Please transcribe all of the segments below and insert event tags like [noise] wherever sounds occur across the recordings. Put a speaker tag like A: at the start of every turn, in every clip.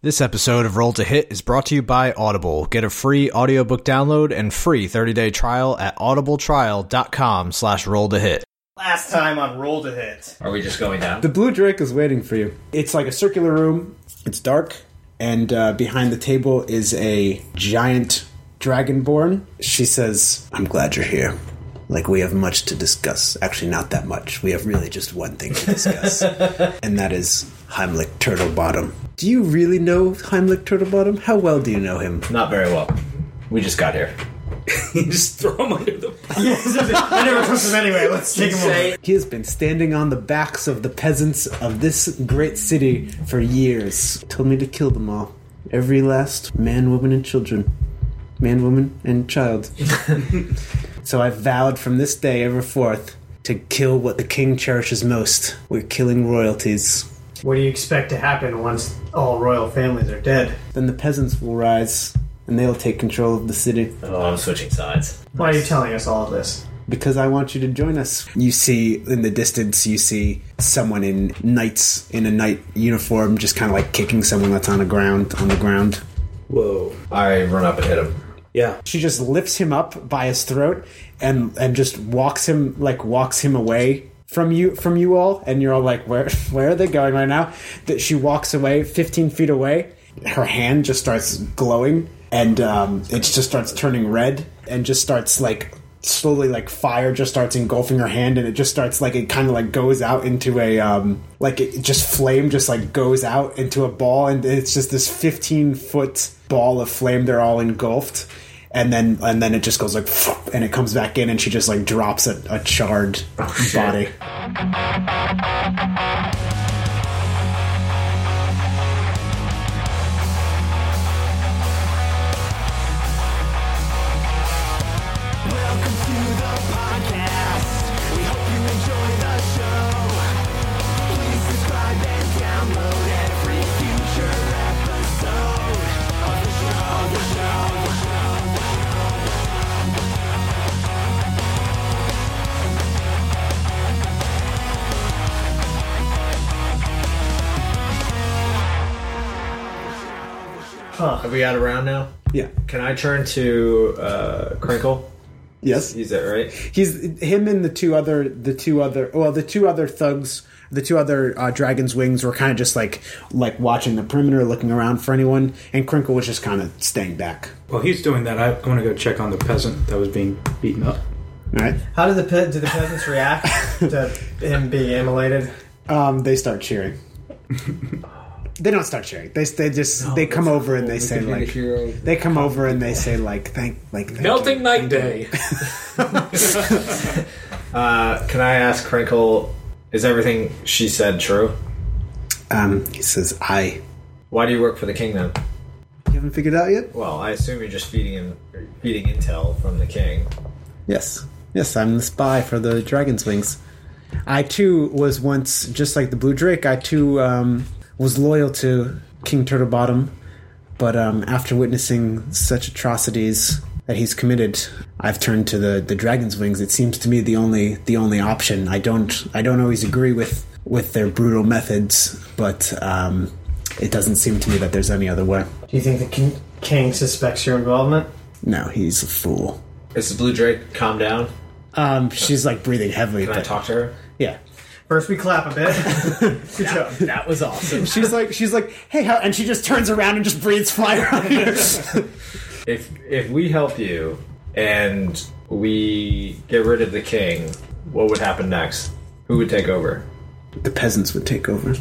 A: This episode of Roll to Hit is brought to you by Audible. Get a free audiobook download and free 30-day trial at audibletrial.com slash roll to hit.
B: Last time on Roll to Hit.
C: Are we just going down?
D: The blue drake is waiting for you. It's like a circular room. It's dark, and uh, behind the table is a giant dragonborn. She says, "I'm glad you're here. Like we have much to discuss. Actually, not that much. We have really just one thing to [laughs] discuss, and that is Heimlich Turtlebottom. Do you really know Heimlich Turtlebottom? How well do you know him?
C: Not very well. We just got here.
E: just throw him under the
B: I never trust him anyway. Let's take him away.
D: He has been standing on the backs of the peasants of this great city for years. Told me to kill them all. Every last man, woman, and children. Man, woman, and child. so I vowed from this day ever forth to kill what the king cherishes most. We're killing royalties.
B: What do you expect to happen once all royal families are dead?
D: Then the peasants will rise and they'll take control of the city.
C: Oh, I'm switching sides.
B: Why are you telling us all of this?
D: because I want you to join us. You see in the distance, you see someone in knights in a knight uniform, just kind of like kicking someone that's on the ground. On the ground,
E: Whoa.
C: I run up and hit him.
E: Yeah.
D: she just lifts him up by his throat and and just walks him like walks him away from you from you all. And you're all like, where [laughs] where are they going right now? That she walks away, fifteen feet away. Her hand just starts glowing, and um, it just starts turning red, and just starts like slowly like fire just starts engulfing her hand and it just starts like it kind of like goes out into a um like it it just flame just like goes out into a ball and it's just this 15 foot ball of flame they're all engulfed and then and then it just goes like [laughs] and it comes back in and she just like drops a, a charred
C: Oh,
D: body
C: Have we got a round now?
D: yeah
C: Can I turn to uh, Crinkle?
D: yes
C: He's it, right?
D: he's him and the two other the two other well the two other thugs the two other uh, dragon's wings were kind of just like like watching the perimeter looking around for anyone and crinkle was just kind of staying back
F: While he's doing that, I, I want to go check on the peasant that was being beaten up.
D: all right
B: How did the pe- do the peasants react to him being immolated?
D: um, they start cheering they don't start cheering they, they just they come over and they say like they come over and they say like thank like thank
E: Melting Night Day.
C: Uh, can I ask Crinkle, is everything she said true?
D: you. um he says i
C: Why do you work for the king then?
D: you haven't figured it out yet
C: Well, I assume you're just feeding him, feeding intel from the king.
D: Yes. Yes, I'm the spy for the Dragon's Wings. I too was once, just like the Blue Drake, I too um, was loyal to King Turtlebottom, but um, after witnessing such atrocities that he's committed, I've turned to the, the Dragon's Wings. It seems to me the only the only option. I don't I don't always agree with, with their brutal methods, but um, it doesn't seem to me that there's any other way.
B: Do you think the king, king suspects your involvement?
D: No, he's a fool.
C: Is the Blue Drake calm down?
D: Um, she's like breathing heavily.
C: Can I
D: but-
C: talk to her?
D: Yeah.
B: First, we clap a bit. Good job.
E: that was awesome.
D: She's like, she's like, hey, how? And she just turns around and just breathes fire on you.
C: [laughs] If if we help you and we get rid of the king, what would happen next? Who would take over?
D: the peasants would take over.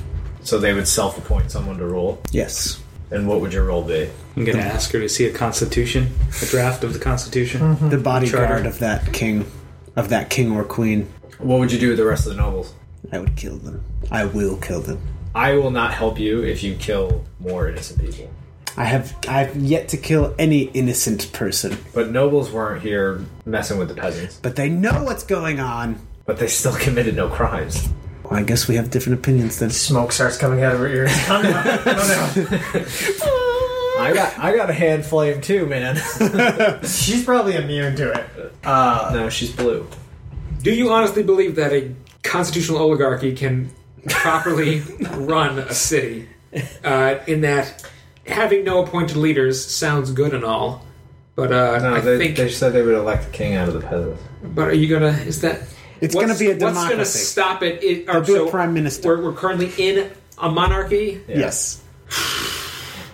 C: So they would self-appoint someone to rule.
D: Yes.
C: And what would your role be?
F: I'm going to ask her to see a constitution, a draft of the constitution.
D: The bodyguard
F: Charter.
D: of that king, of that king or queen.
C: What would you do with the rest of the nobles?
D: I would kill them. I will kill them.
C: I will not help you if you kill more innocent people.
D: I have, I've yet to kill any innocent person,
C: But nobles weren't here messing with the peasants.
D: but they know what's going on.
C: But they still [laughs] committed no crimes.
D: Well, I guess we have different opinions then.
B: [laughs] Smoke starts coming out of her ears. Calm down. Calm down.
C: I got I got a hand flame too, man.
B: She's probably immune to it. Uh,
C: [laughs] no, she's blue.
E: Do you honestly believe that a constitutional
D: [laughs]
E: oligarchy can properly run a city? Uh, in that
G: having no appointed leaders sounds good and all, but uh,
C: No,
G: I
C: they,
G: think.
C: they said they would elect the king out of the peasants.
G: but are you gonna? Is that?
D: It's
G: what's-
D: gonna be a
G: What's gonna
D: democracy.
G: stop it? it or,
D: do a prime minister.
G: We're, we're currently in a monarchy.
D: Yes.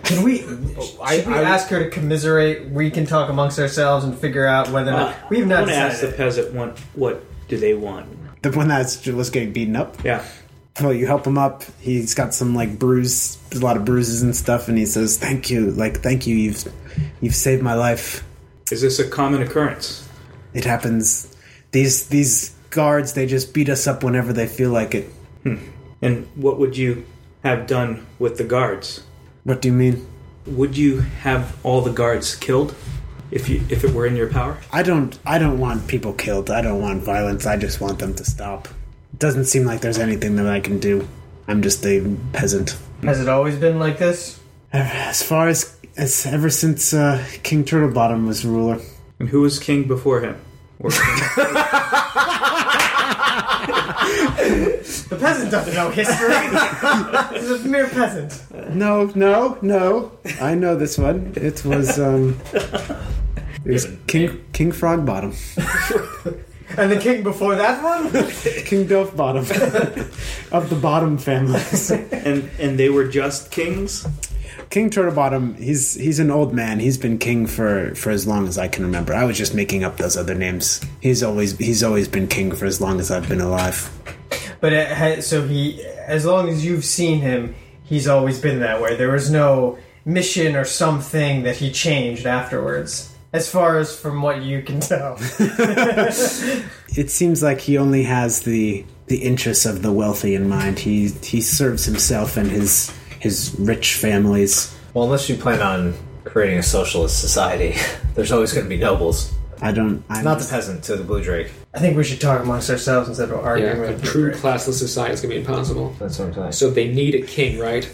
B: Can we?
C: I-
B: should we
C: I-
B: ask her to commiserate? We can talk amongst ourselves and figure out whether or
F: Uh,
B: not we've
F: I
B: not
F: want to ask the
B: decided.
F: peasant what what do they want?
D: The one that was getting beaten up.
F: Yeah,
D: So you help him up. He's got some like bruise, a lot of bruises and stuff, and he says, "Thank you, like thank you. You've you've saved my life.
F: is this a common occurrence?
D: It happens. These these guards they just beat us up whenever they feel like it.
F: And what would you have done with the guards?
D: What do you mean?
F: Would you have all the guards killed if you if it were in your power?
D: I don't I don't want people killed. I don't want violence. I just want them to stop. It doesn't seem like there's anything that I can do. I'm just a peasant.
B: Has it always been like this?
D: As far as as ever since uh, King Turtlebottom was ruler,
F: And who was king before him? Or-
B: The peasant doesn't know [laughs] history. He's a mere peasant.
D: No, no, no. I know this one. It was um it was King King Frog Bottom.
B: And the king before that one?
D: King Dove Bottom [laughs] of the Bottom [laughs] families.
F: and and they were just kings.
D: King Turtle Bottom, he's he's an old man. He's been king for for as long as I can remember. I was just making up those other names. He's always he's always been king for as long as I've been alive.
B: But it ha- so he, as long as you've seen him, he's always been that way. There was no mission or something that he changed afterwards. As far as from what you can tell.
D: It seems like he only has the the interests of the wealthy in mind. He he serves himself and his his rich families.
C: Well, unless you plan on creating a socialist society, [laughs] there's always going to be nobles.
D: I don't. I'm
C: Not the peasant to the blue drake.
B: I think we should talk amongst ourselves instead of
G: Yeah,
B: arguing
G: a
B: with
G: true
B: people.
G: classless society is gonna be impossible.
C: That's what I'm saying.
G: So they need a king, right?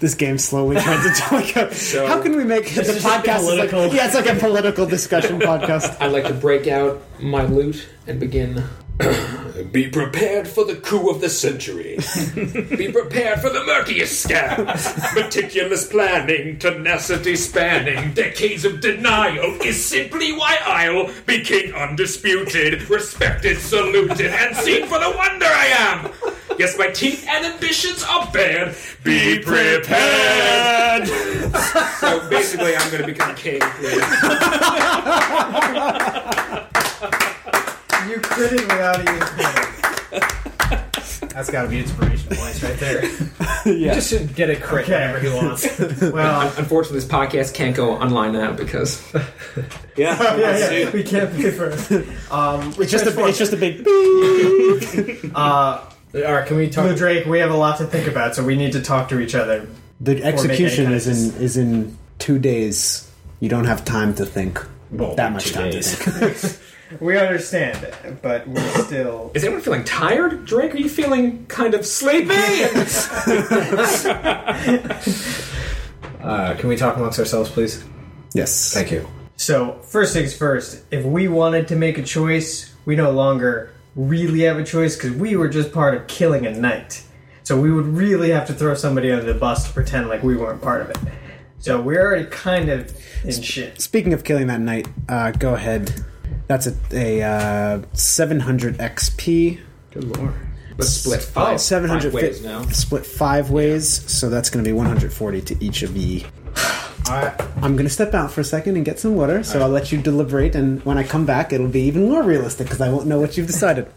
D: this game slowly trying to talk about how can we make the
B: is like
D: podcast is like,
B: political.
D: yeah it's like a political discussion podcast
G: I'd like to break out my loot and begin. Be prepared for the coup of the century. Be prepared for the murkiest scam. Meticulous planning, tenacity spanning, decades of denial is simply why I'll be king undisputed, respected, saluted, and seen for the wonder I am. Yes, my teeth and ambitions are bared. Be prepared. so basically, I'm going to become king.
B: You couldn't without even [laughs] That's gotta be inspirational voice right [laughs] there.
C: you just should get a crit whenever he wants.
B: Well,
G: [laughs] Unfortunately, this podcast can't go online now because [laughs]
F: Yeah,
B: yeah, yeah, we can't be first. Um,
D: it's just a it's just a big
B: uh,
C: All right, can we talk?
B: Blue Drake, we have a lot to think about, so we need to talk to each other.
D: the execution
B: kind
D: is in is in two days you don't have time to think
C: Well,
D: that much
C: two
D: time
C: days.
D: to think
B: We understand, but we're still.
G: Is anyone feeling tired, Drake? Are you feeling kind of sleepy?
C: Uh, can we talk amongst ourselves, please?
D: yes
C: Thank you.
B: So, first things first, if we wanted to make a choice, we no longer really have a choice because we were just part of killing a knight. So, we would really have to throw somebody under the bus to pretend like we weren't part of it. So, we're already kind of in shit.
D: speaking of killing that night uh, go ahead that's a, a uh, 700 xp
F: Good lord.
G: Let's split five,
D: seven hundred
G: five ways now.
D: split five ways so that's going to be 140 to each of ye I'm gonna step out for a second and get some water, so I'll let you deliberate. And when I come back, it'll be even more realistic because I won't know what you've decided.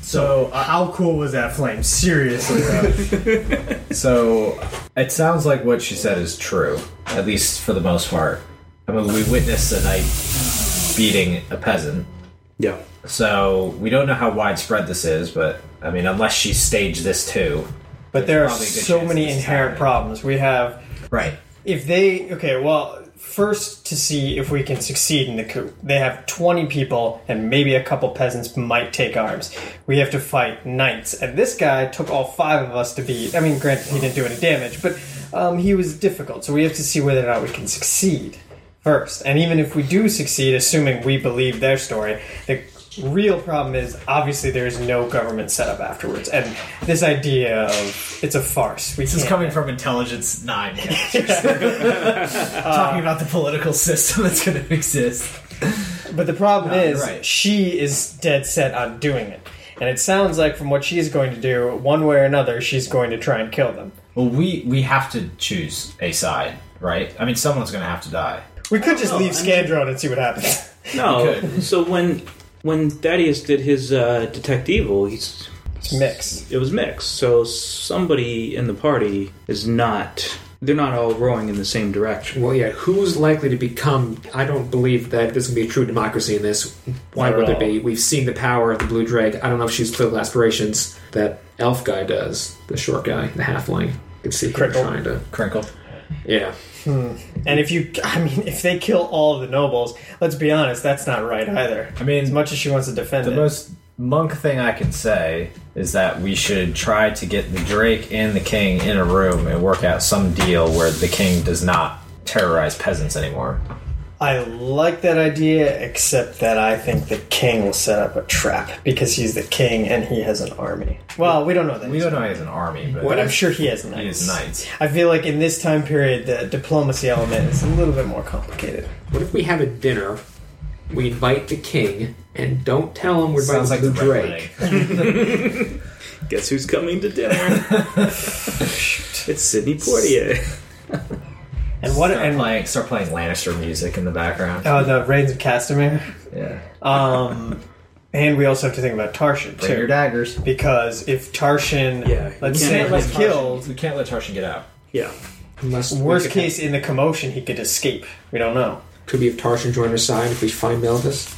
B: So, uh, how cool was that flame? Seriously, though.
C: So it sounds like what she said is true, at least for the most part. I mean, we witnessed a knight beating a peasant,
F: Yeah.
C: so we don't know how widespread this is. But I mean, unless she staged this too,
B: but there are
C: Probably a good
B: so
C: chance
B: many
C: this is
B: inherent
C: happening.
B: problems. We have
C: right?
B: if they okay well first to see if we can succeed in the coup they have 20 people and maybe a couple peasants might take arms we have to fight knights and this guy took all five of us to beat i mean granted he didn't do any damage but um, he was difficult so we have to see whether or not we can succeed first and even if we do succeed assuming we believe their story the real problem is obviously there is no government setup afterwards, and this idea of it's a farce. We
C: This is
B: can't-
C: coming from Intelligence [laughs] 9. Uh, Talking about the political system that's going to exist.
B: But the problem
C: No, Ah, you're
B: is,
C: right.
B: she is dead set on doing it. And it sounds like, from what she's going to do, one way or another, she's going to try and kill them.
C: Well, we, we have to choose a side, right? I mean, someone's going to have to die.
B: We could just
F: know,
B: leave
F: I
B: Scandrone and see what
C: [laughs]
B: happens.
F: No.
C: Good.
F: so when when Thaddeus did his uh, detect evil, he's
B: It's mixed.
F: it was mixed. So somebody in the party is not. They're not all rowing in the same direction.
G: [laughs] Well, yeah, who's likely to become? I don't believe that there's going to be a true democracy in this. Why
B: Not at
G: would there
B: all.
G: be? We've seen the power of the blue drag. I don't know if she's political aspirations that elf guy does, the short guy, the halfling. You can see him
B: Crickle.
G: trying to.
C: Crinkle.
G: Yeah.
B: And if you, I mean, if they kill all of the nobles, let's be honest, that's not right either.
C: I mean,
B: As much as she wants to defend
C: The
B: it.
C: most monk thing I can say is that we should try to get the Drake and the King in a room and work out some deal where the King does not terrorize peasants anymore.
B: I like that idea, except that I think the king will set up a trap because he's the king and he has an army. Well, we don't know that.
C: We don't know he has an army, but
B: but I'm sure he has knights.
C: he has knights.
B: I feel like in this time period, the diplomacy element is a little bit more complicated.
G: What if we have a dinner? We invite the king and don't tell him we're inviting
C: Sounds like
G: the
C: the
G: blue drake.
F: Guess who's coming to dinner? it's Sidney Portier.
B: And what?
C: And
B: And
C: like start playing Lannister music in the background.
B: oh, the reigns of Castamere.
C: Yeah.
B: Um, and we also have to think about Tarshan
C: Bring your
B: too,
C: daggers.
B: because if Tarshan,
F: Yeah,
B: let's
F: we
B: say,
F: can't
B: was
F: let Tarshan-
B: killed,
C: We can't let Tarshan get out.
F: Yeah.
G: Unless we
B: worst
G: could-
B: case in the commotion, he could escape. We don't know.
G: could be if Tarshan joined our side if we find Melvis.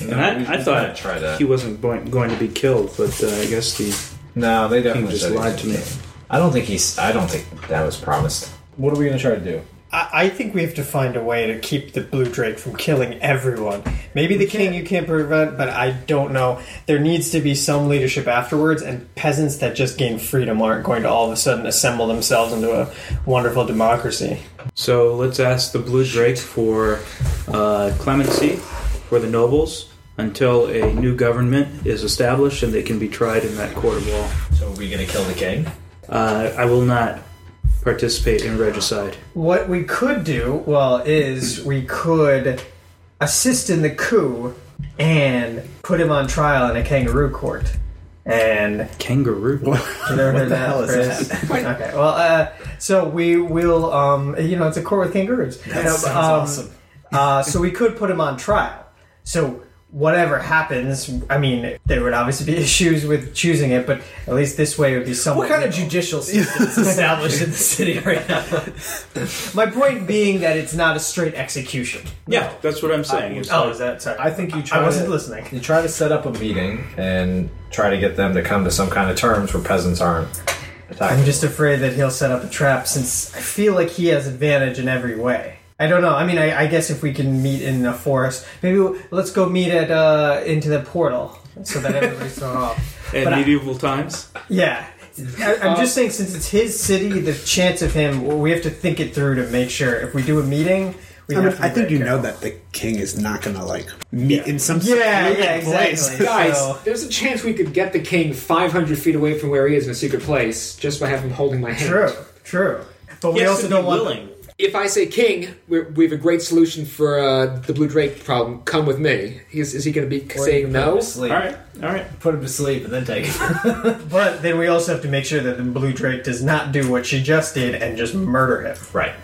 F: And
C: we-
F: I, I
C: we
F: thought
C: gotta try that.
F: he wasn't going, going to be killed, but uh, I guess the
C: No, they
F: king
C: definitely
F: just
C: said he
F: lied
C: was
F: to me.
C: dead. I don't think he's. I don't think that was promised. What are we gonna try to do?
B: I, I think we have to find a way to keep the blue drake from killing everyone. Maybe the king you can't prevent, but I don't know. There needs to be some leadership afterwards, and peasants that just gain freedom aren't going to all of a sudden assemble themselves into a wonderful democracy.
F: So let's ask the Blue Drake for uh, clemency for the nobles until a new government is established and they can be tried in that court of law.
C: So are we gonna kill the king?
F: Uh, I will not participate in regicide.
B: What we could do, well, is we could assist in the coup and put him on trial in a kangaroo court. And
F: Kangaroo.
B: you never heard that,
C: hell is
B: Chris? [laughs] okay, well, uh, so we will, um, you know, it's a court with kangaroos. That
C: sounds awesome.
B: uh, so we could put him on trial. So whatever happens, I mean, there would obviously be [laughs] issues with choosing it, but at least this way would be somewhat.
C: What kind of
B: legal.
C: judicial
B: [laughs]
C: system is established in the city right now?
B: My point being that it's not a straight execution.
F: Yeah, that's what I'm saying. It's
B: Oh,
F: like-
B: is that sorry?
C: I think you try.
B: I wasn't
C: to,
B: listening.
C: You try to set up a meeting and try to get them to come to some kind of terms where peasants aren't
B: I'm
C: attacked.
B: just afraid that he'll set up a trap since I feel like he has advantage in every way. I don't know. I mean, I, I guess if we can meet in a forest, maybe we'll- let's go meet at uh, into the portal so that everybody's thrown off.
F: [laughs] in
B: but I-
F: medieval times.
B: Yeah, I, I'm
F: Uh,
B: just saying since it's his city, the chance of him, well, we have to think it through to make sure. If we do a meeting, we
D: I,
B: have
D: mean,
B: to be
D: I think
B: very
D: you know
B: careful.
D: that the king is not gonna like meet in some
B: Yeah,
D: secluded
B: yeah,
D: place.
B: exactly.
G: Guys,
B: So-
G: there's a chance we could get the king 500 feet away from where he is in a secret place just by having him holding my hand.
B: True, true. But we
F: Yes,
B: also
F: to be
B: don't want
F: willing.
G: If I say king, we're, we have a great solution for uh, the blue drake problem. Come with me. Is, is he going to be saying no?
C: Sleep.
F: All right, all right.
C: Put him to sleep and then
A: [laughs]
C: take him.
B: But then we also have to make sure that the blue drake does not do what she just did and just murder him.
C: right.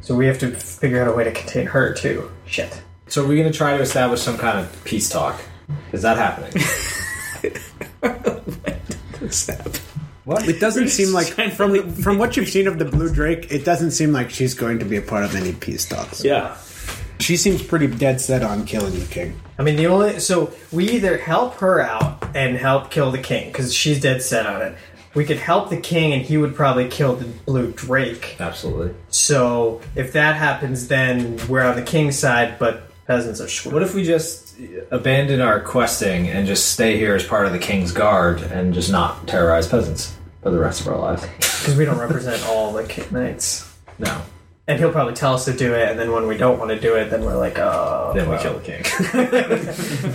B: So we have to figure out a way to contain her too. Shit.
C: So we're going to try to establish some kind of peace talk. Is that happening?
D: It doesn't
B: [laughs]
D: seem like from the, from what you've seen of the Blue Drake, it doesn't seem like she's going to be a part of any peace talks.
F: Yeah.
D: She seems pretty dead set on killing the king.
B: I mean, the only so we either help her out and help kill the king because she's dead set on it. We could help the king, and he would probably kill the blue drake.
C: Absolutely.
B: So if that happens, then we're on the king's side, but peasants are screwed.
C: What if we just abandon our questing and just stay here as part of the king's guard and just not terrorize peasants for the rest of our lives?
A: [laughs]
B: Because we don't represent all the ki- knights.
C: No.
B: And he'll probably tell us to do it, and then uh, when we don't want to do it, then we're like, oh.
C: Then we kill the king.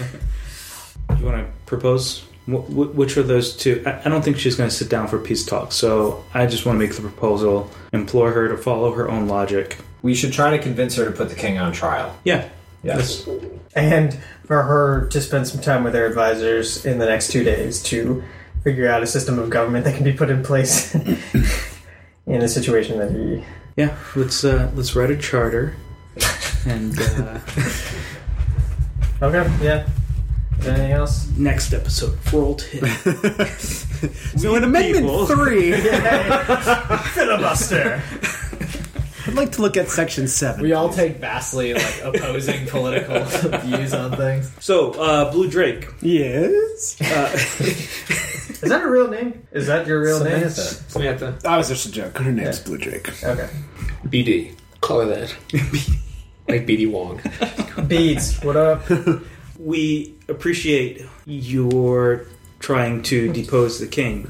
F: you want to propose? Wh- wh- Which are those two? I I don't think she's going to sit down for peace talks. So I just want to make the proposal, implore her to follow her own logic.
C: [laughs] We should try to convince her to put the king on trial.
F: Yeah.
C: Yes.
B: and for her to spend some time with her advisors in the next two days to figure out a system of government that can be put in place
F: [laughs]
B: in a situation that he
F: Yeah. Let's uh, let's write a charter. And uh,
B: okay yeah anything else
F: next episode, World Hit.
D: So in Amendment
B: [laughs]
F: people.
D: 3, [laughs]
B: filibuster
D: I'd like to look at Section 7.
A: We all take vastly like opposing [laughs] political views on things.
F: So uh, Blue Drake.
D: yes?
B: is that a real name is that your real name
C: Samantha.
G: Samantha.
D: That was just a joke. Her name's Blue Drake.
B: okay
G: BD. Call
C: [laughs]
G: her that. like BD Wong.
B: beads what up
F: we appreciate your trying to depose the king,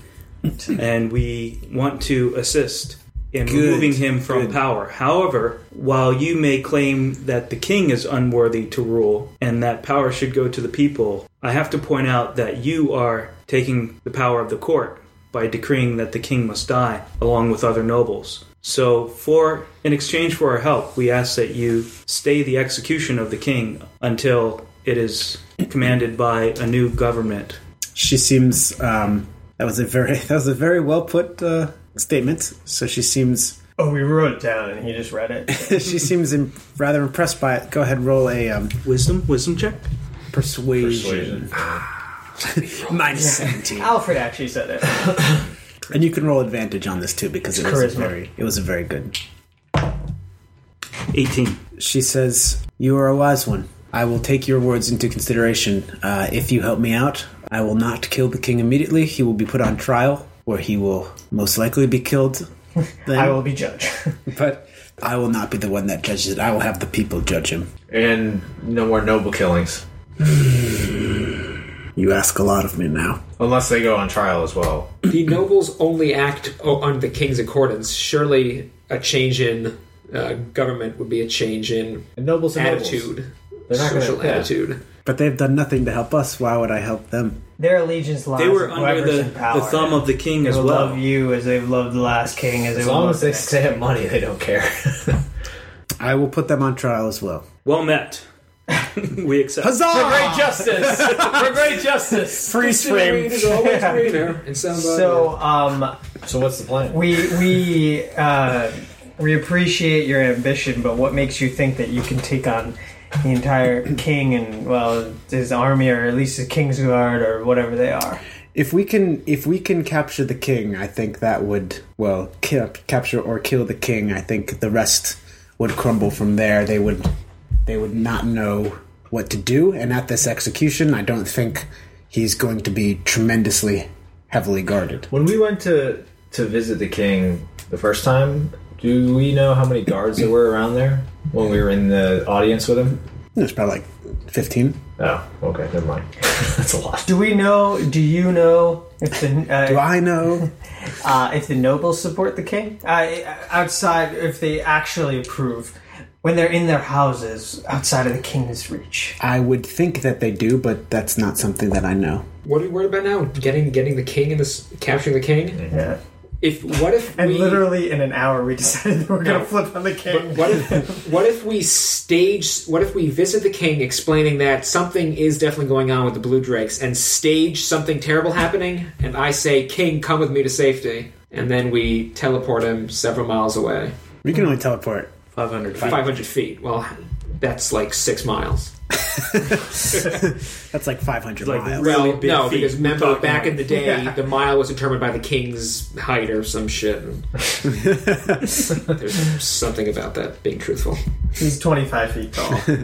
F: and we want to assist in removing him from power. However, while you may claim that the king is unworthy to rule and that power should go to the people, I have to point out that you are taking the power of the court by decreeing that the king must die along with other nobles. So, for in exchange for our help, we ask that you stay the execution of the king until it is commanded by a new government.
D: She seems, um, that was a very, [laughs] that was a very well put, uh, statement. So she seems,
B: oh we wrote it down and he just read it
D: she seems im- rather impressed by it. Go ahead, roll a, um,
F: Wisdom, wisdom check.
D: persuasion. Minus
B: [laughs]
D: 17.
B: alfred actually said it
D: And you can roll advantage on this too because it was a
B: charisma.
D: very, it was a very good.
F: Eighteen.
D: She says, "You are a wise one. I will take your words into consideration. Uh, if you help me out, I will not kill the king immediately. He will be put on trial, where he will most likely
B: [laughs]
D: be killed. Then,
B: i will be judge
D: but I will not be the one that judges it. I will have the people judge him.
C: And no more noble killings.
D: You ask a lot of me now.
C: Unless they go on trial as well.
G: the nobles only act o- on the king's accordance. Surely a change in uh, government would be a change in
C: And nobles and nobles.
G: attitude,
C: not gonna-
G: social
C: yeah.
G: attitude.
D: But they've done nothing to help us. Why would I help them?
B: their allegiance lies
F: They were
B: with
F: under
B: whoever's
F: the,
B: in power.
F: the thumb of the king
B: they
F: as
B: will
F: well.
B: love you as they've loved the last king as,
C: As
B: they will
C: long
B: love
C: as they
B: the next.
C: stay at money, they don't care.
D: I will put them on trial as well.
F: Well met. we accept.
D: Huzzah!
C: justice! For great justice!
D: Oh. [laughs] Freeze frame.
B: [laughs]
G: And somebody-
B: so um
C: So what's the plan?
B: we we uh, we appreciate your ambition, but what makes you think that you can take on the entire king and well his army, or at least the king's guard, or whatever they are?
D: If we can, if we can capture the king, I think that would well cap, capture or kill the king. I think the rest would crumble from there. They would, they would not know what to do. And at this execution, I don't think he's going to be tremendously heavily guarded.
C: When we went to to visit the king the first time, do we know how many guards there were around there when we were in the audience with him?
D: It's probably like fifteen.
C: Oh, okay, never [laughs] mind. That's a lot.
B: Do we know? Do you know if the
D: Do
B: uh,
D: I know?
B: uh, if the nobles support the king uh, outside? If they actually approve. When they're in their houses outside of the king's reach,
D: I would think that they do, but that's not something that I know.
G: what are we worried about now? Getting getting the king and this capturing the king.
C: Mm.
B: yeah.
G: If what if
B: And
G: we
B: literally in an hour, we decided that we're gonna flip on the king.
G: What if what if we stage? What if we visit the king, explaining that something is definitely going on with the Blue Drakes, and stage something terrible happening? And I say, "King, come with me to safety," and then we teleport him several miles away,
D: We can only teleport.
F: Five hundred.
G: five hundred feet. Well, that's like six miles.
D: That's like five hundred
F: Like,
D: miles.
F: really
G: well,
F: big
G: no,
F: feet.
G: because
F: We're
G: remember
F: talking
G: back
F: like-
G: in the day, the mile was determined by the king's height or some
F: [laughs]
G: shit. There's something about that being truthful.
B: He's 25 feet tall. so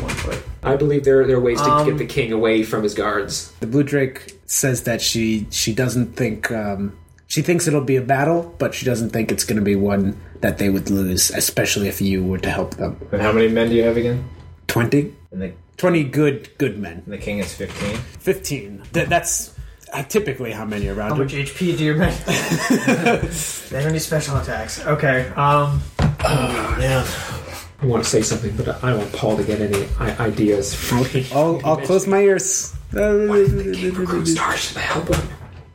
B: one foot.
G: I believe there there are ways to
B: Um,
G: get the king away from his guards.
D: The Blue Drake says that she she doesn't think um, she thinks it'll be a battle, but she doesn't think it's going to be one that they would lose, especially if you were to help them.
C: And how many men do you have again?
D: 20?
C: And the,
D: 20 good good men.
C: and the king is 15?
D: Fifteen. Th- that's uh, typically how many around.
B: How much
D: How
B: HP do you make? they have any special attacks? Okay. Um.
G: I want to say something, but I don't want Paul to get any i- ideas from me.
D: I'll, I'll close my ears.
G: Recruit stars to the help of him.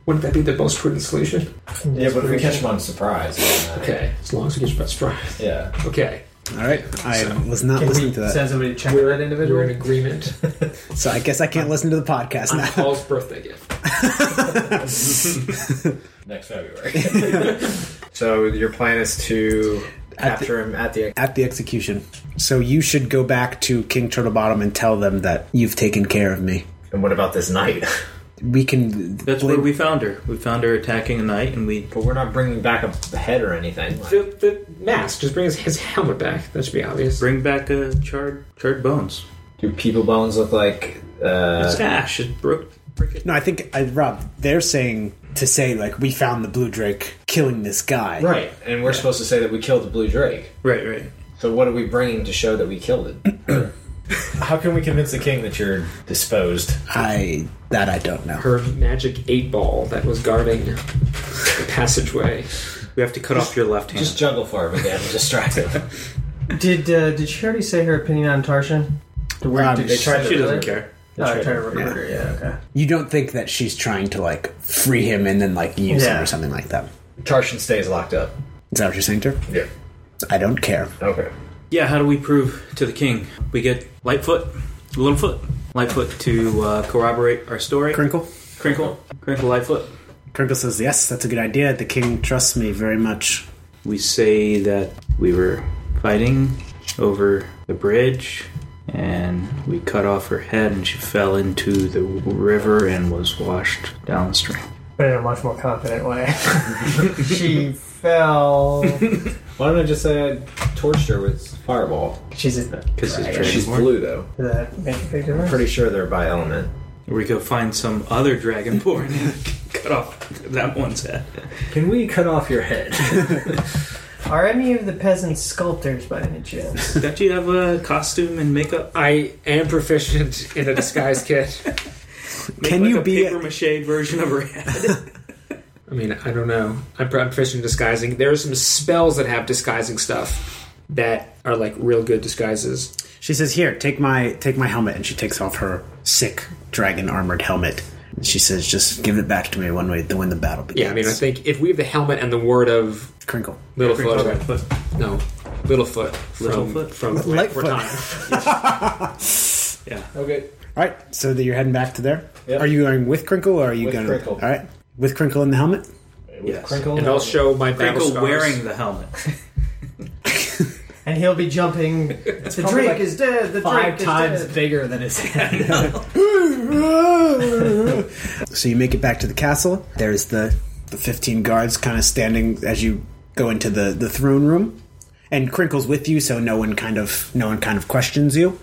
G: Wouldn't that be the most prudent solution?
C: Yeah, but if we catch him on surprise, then, uh,
G: Okay, as long as he gets best strike.
C: [laughs] yeah.
G: Okay,
D: All right, I was not listening to that,
C: Send somebody to check
G: we're, we're in agreement
D: so I guess I
F: Uh,
D: can't listen to the podcast
G: on
D: now.
G: Paul's birthday gift.
C: next February. [laughs] so your plan is to
D: At the-
C: capture him at the.
D: at the execution. So you should go back to King Turtlebottom and tell them that you've taken care of me.
C: And what about this night?
D: We can.
F: That's where we found her. We found her attacking a knight, and we
C: But we're not bringing back a head or anything. Like,
G: The, the mask just brings his helmet back. That should be obvious.
F: bring back a charred charred bones.
C: do people bones look like? Uh,
F: It's ash. It broke. Break it.
D: No, I think I, Rob. They're saying to say like we found the blue drake killing this guy.
C: right, and we're supposed to say that we killed the blue drake.
F: Right, right.
C: So what are we bringing to show that we killed it? [coughs] How can we convince the king that you're disposed?
D: I that I don't know.
G: Her magic eight ball that was guarding the passageway.
F: We have to cut off your left hand.
C: Just juggle for him again. Just try
G: [laughs]
C: to.
B: Did uh, did she already say her opinion on Tarshan? The word
D: Um,
B: did
D: they
B: she-
C: tried
F: she doesn't care.
B: No, I tried to remember.
C: Yeah. Okay.
D: You don't think that she's trying to like free him and then like use him
B: Yeah.
D: or something like that?
C: Tarshan stays locked up.
D: Is that what you're saying, to her?
C: Yeah.
D: I don't care.
C: Okay.
F: Yeah. How do we prove to the king? We get Lightfoot, Littlefoot, Lightfoot to uh, corroborate our story.
D: Crinkle.
F: Crinkle, Crinkle, Lightfoot.
D: Crinkle says yes. That's a good idea. The king trusts me very much.
F: We say that we were fighting over the bridge and we cut off her head and she fell into the river and was washed downstream.
B: But in a much more confident way. [laughs] she fell.
C: Why don't I just say I torched her with fireball?
B: She's a.
F: Because it's
C: She's
F: dragonborn.
C: blue though.
B: Does that make a big difference?
C: Pretty sure they're by element.
F: We go find some other dragonborn and [laughs] cut off that one's head.
C: Can we cut off your [laughs] head?
B: Are any of the peasants sculptors by any chance?
F: Don't you have a costume and makeup?
G: I am proficient in a disguise [laughs] kit.
F: Make
D: Can
F: like
D: you
F: a
D: be a-
F: paper mache version of her head?
G: I mean, I don't know. I'm proficient in disguising. There are some spells that have disguising stuff that are like real good disguises.
D: She says, "Here, take my take my helmet," and she takes off her sick dragon armored helmet. And she says, "Just give it back to me when we when the battle begins."
G: Yeah, I mean, I think if we have the helmet and the word of
D: crinkle.
G: Littlefoot,
F: Lightfoot.
G: no, Littlefoot from
F: Littlefoot?
G: from
D: Lightfoot.
G: Fortana.
F: Yeah.
G: Okay.
D: All right, so that you're heading back to there.
C: Yep.
D: Are you going with crinkle or are you
C: With
D: going?
C: Crinkle.
D: All right, with crinkle in
C: [laughs]
D: the helmet.
F: Yes.
G: And I'll show my battle
F: Crinkle
G: scars.
F: wearing the helmet.
B: and he'll be jumping. the
C: probably
B: Drake
C: like
B: is dead. The Drake is dead.
C: bigger than his head.
D: So you make it back to the castle. There's the the 15 guards kind of standing as you go into the the throne room, and crinkle's with you, so no one kind of no one kind of questions you,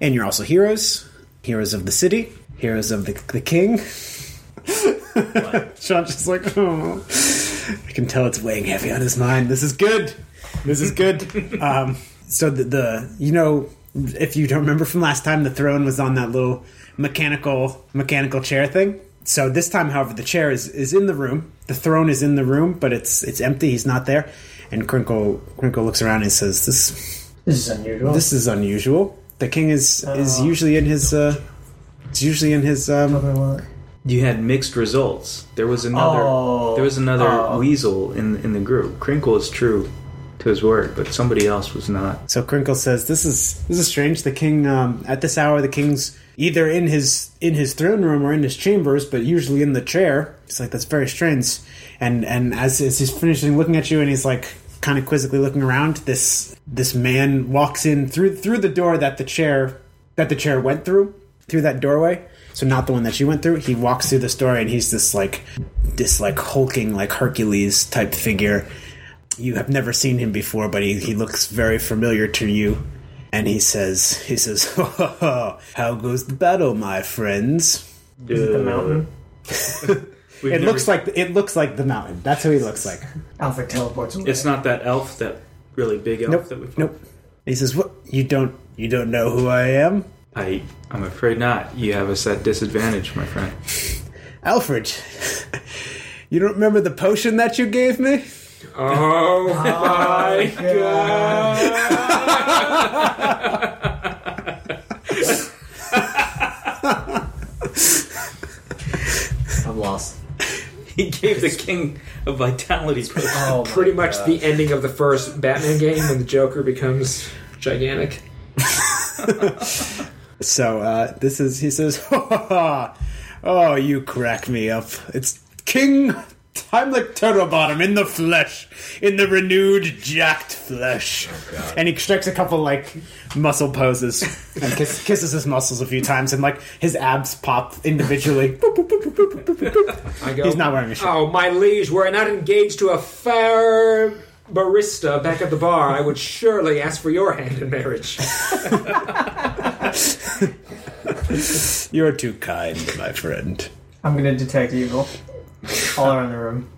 D: and you're also heroes, heroes of the city, heroes of the the king. [laughs] Sean's just like, oh, I can tell it's weighing heavy on his mind. This is good. This
C: [laughs]
D: is good. um, so the, the you know if you don't remember from last time, the throne was on that little mechanical mechanical chair thing. So this time, however, the chair is, is in the room. The throne is in the room, but it's it's empty. He's not there. And Crinkle Crinkle looks around and says, "This
B: This is unusual.
D: this is unusual. The king is is usually in his uh, it's usually in his um,
F: you had mixed results. There was another.
B: Oh.
F: there was another
B: Oh.
F: weasel in in the group. Crinkle is true to his word, but somebody else was not.
D: So Crinkle says, "This is this is strange. The king um, at this hour, the king's either in his in his throne room or in his chambers, but usually in the chair." He's like, "That's very strange." And and as, as he's finishing looking at you, and he's like, kind of quizzically looking around, this this man walks in through through the door that the chair that the chair went through through that doorway. So not the one that she went through. He walks through this door, and he's this like this like hulking like Hercules type figure you have never seen him before, but he, he looks very familiar to you. And he says, he says, [laughs] how goes the battle, my friends?
B: the mountain.
F: We've
D: It
F: never-
D: looks like it looks like the mountain. That's who he looks like.
B: Alfred teleports away.
F: it's not that elf, that really big elf that we. fought.
D: Nope. He says, what? You don't you don't know who I am,
F: I I'm afraid not. You have us at disadvantage, my [laughs] friend.
D: Alfred? [laughs] you don't remember the potion that you gave me?
G: Oh [laughs] my god!
F: give the king
D: [laughs]
F: a vitality potion.
C: Oh my
G: pretty much
C: God.
G: the ending of the first Batman game when the Joker becomes gigantic.
D: So uh, this is he says, [laughs] "Oh, you crack me up! It's King Heimlich Turtle Bottom in the flesh, in the renewed jacked flesh." and he strikes a couple like muscle poses and kiss, [laughs] kisses his muscles a few times, and like his abs pop individually. Boop, boop, boop, boop, boop, boop, boop, boop.
G: I go,
D: He's not wearing a shirt.
G: Oh, my liege, were I not engaged to a fair barista back at the bar, I would surely ask for your hand in marriage.
D: You're too kind, my friend. [laughs]
B: I'm gonna detect evil. All around the [laughs] room.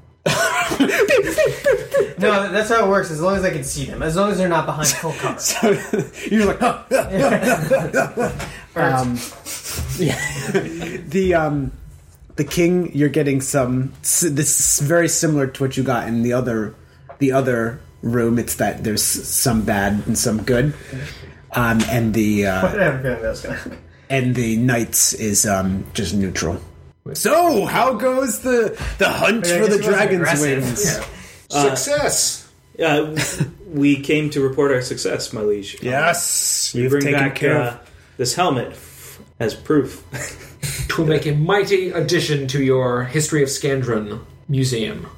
B: no, that's how it works. As long as I can see them, as long as they're not behind full cover. [laughs]
D: So [laughs] you're like, [laughs] um, yeah. the um, the king. You're getting some. s- This is very similar to what you got in the other the other room. It's that there's some bad and some good. Um, and the
B: [laughs]
D: uh,
B: I have a feeling that's gonna happen.
D: and the knights is um, just neutral. So how goes the the hunt
B: Yeah, I
D: for the
B: guess it wasn't
D: dragon's
B: aggressive.
D: wings?
B: [laughs]
G: Success!
F: Uh, we came to report our success, my liege.
D: Yes,
F: we
D: you've
F: bring
D: taken
F: back
D: care
F: uh, this helmet f- as proof. [laughs]
G: Twill make a mighty addition to your History of Scandron museum.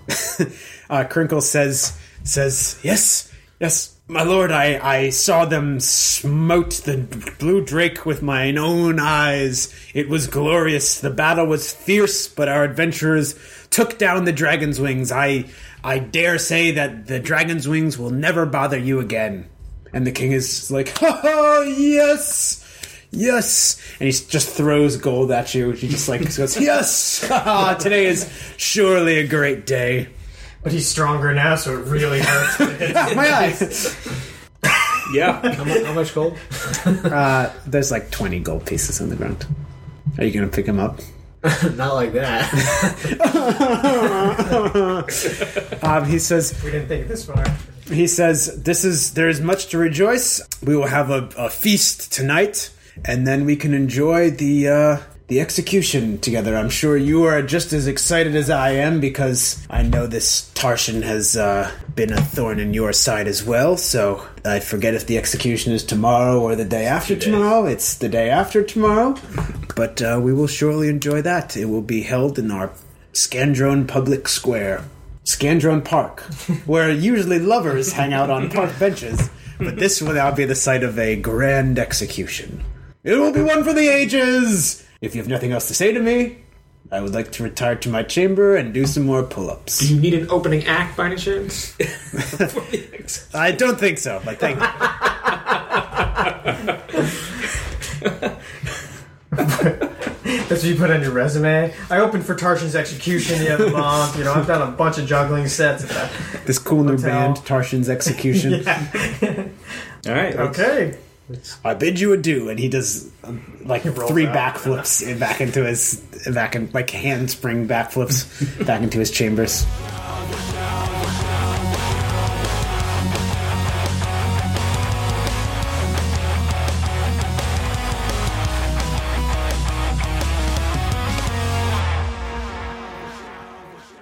D: uh, Crinkle says says yes, yes, my lord. I I saw them smote the blue drake with mine own eyes. It was glorious. The battle was fierce, but our adventurers took down the dragon's wings. I I dare say that the dragon's wings will never bother you again. And the king is like, ha ha, yes. Yes, and he s- just throws gold at you. He just like goes, "Yes, [laughs] Ha, ha, today is surely a great day."
B: But he's stronger now, so it really [laughs] hurts.
D: [laughs] my eyes.
F: yeah.
G: How, mu- how much gold?
D: Uh, there's like 20 gold pieces on the ground. Are you gonna pick them [laughs] up?
A: Not like that.
D: Um, he says.
B: we didn't think this far.
D: He says, "This is there is much to rejoice. We will have a, a feast tonight, and then we can enjoy the uh, the execution together. I'm sure you are just as excited as I am because I know this Tarshan has uh, been a thorn in your side as well. So I forget if the execution is tomorrow or the day after tomorrow. It's the day after tomorrow, but uh, we will surely enjoy that. It will be held in our Scandrone Public Square." Scandrone Park, where usually lovers hang out on park benches, but this will now be the site of a grand execution. It will be one for the ages! If you have nothing else to say to me, I would like to retire to my chamber and do some more pull
G: [laughs]
D: ups.
G: You need an opening act by any chance?
D: I don't think so, but thank you.
B: That's what you put on your resume. I opened for Tarshan's Execution the other month. You know, I've done a bunch of juggling sets.
D: This cool new
B: Hotel.
D: band, Tarshan's Execution.
F: All right. let's-
B: Okay.
D: I bid you adieu, and he does um, like
B: rolls
D: three
B: out.
D: backflips and back into his back in like handspring backflips back into his chambers.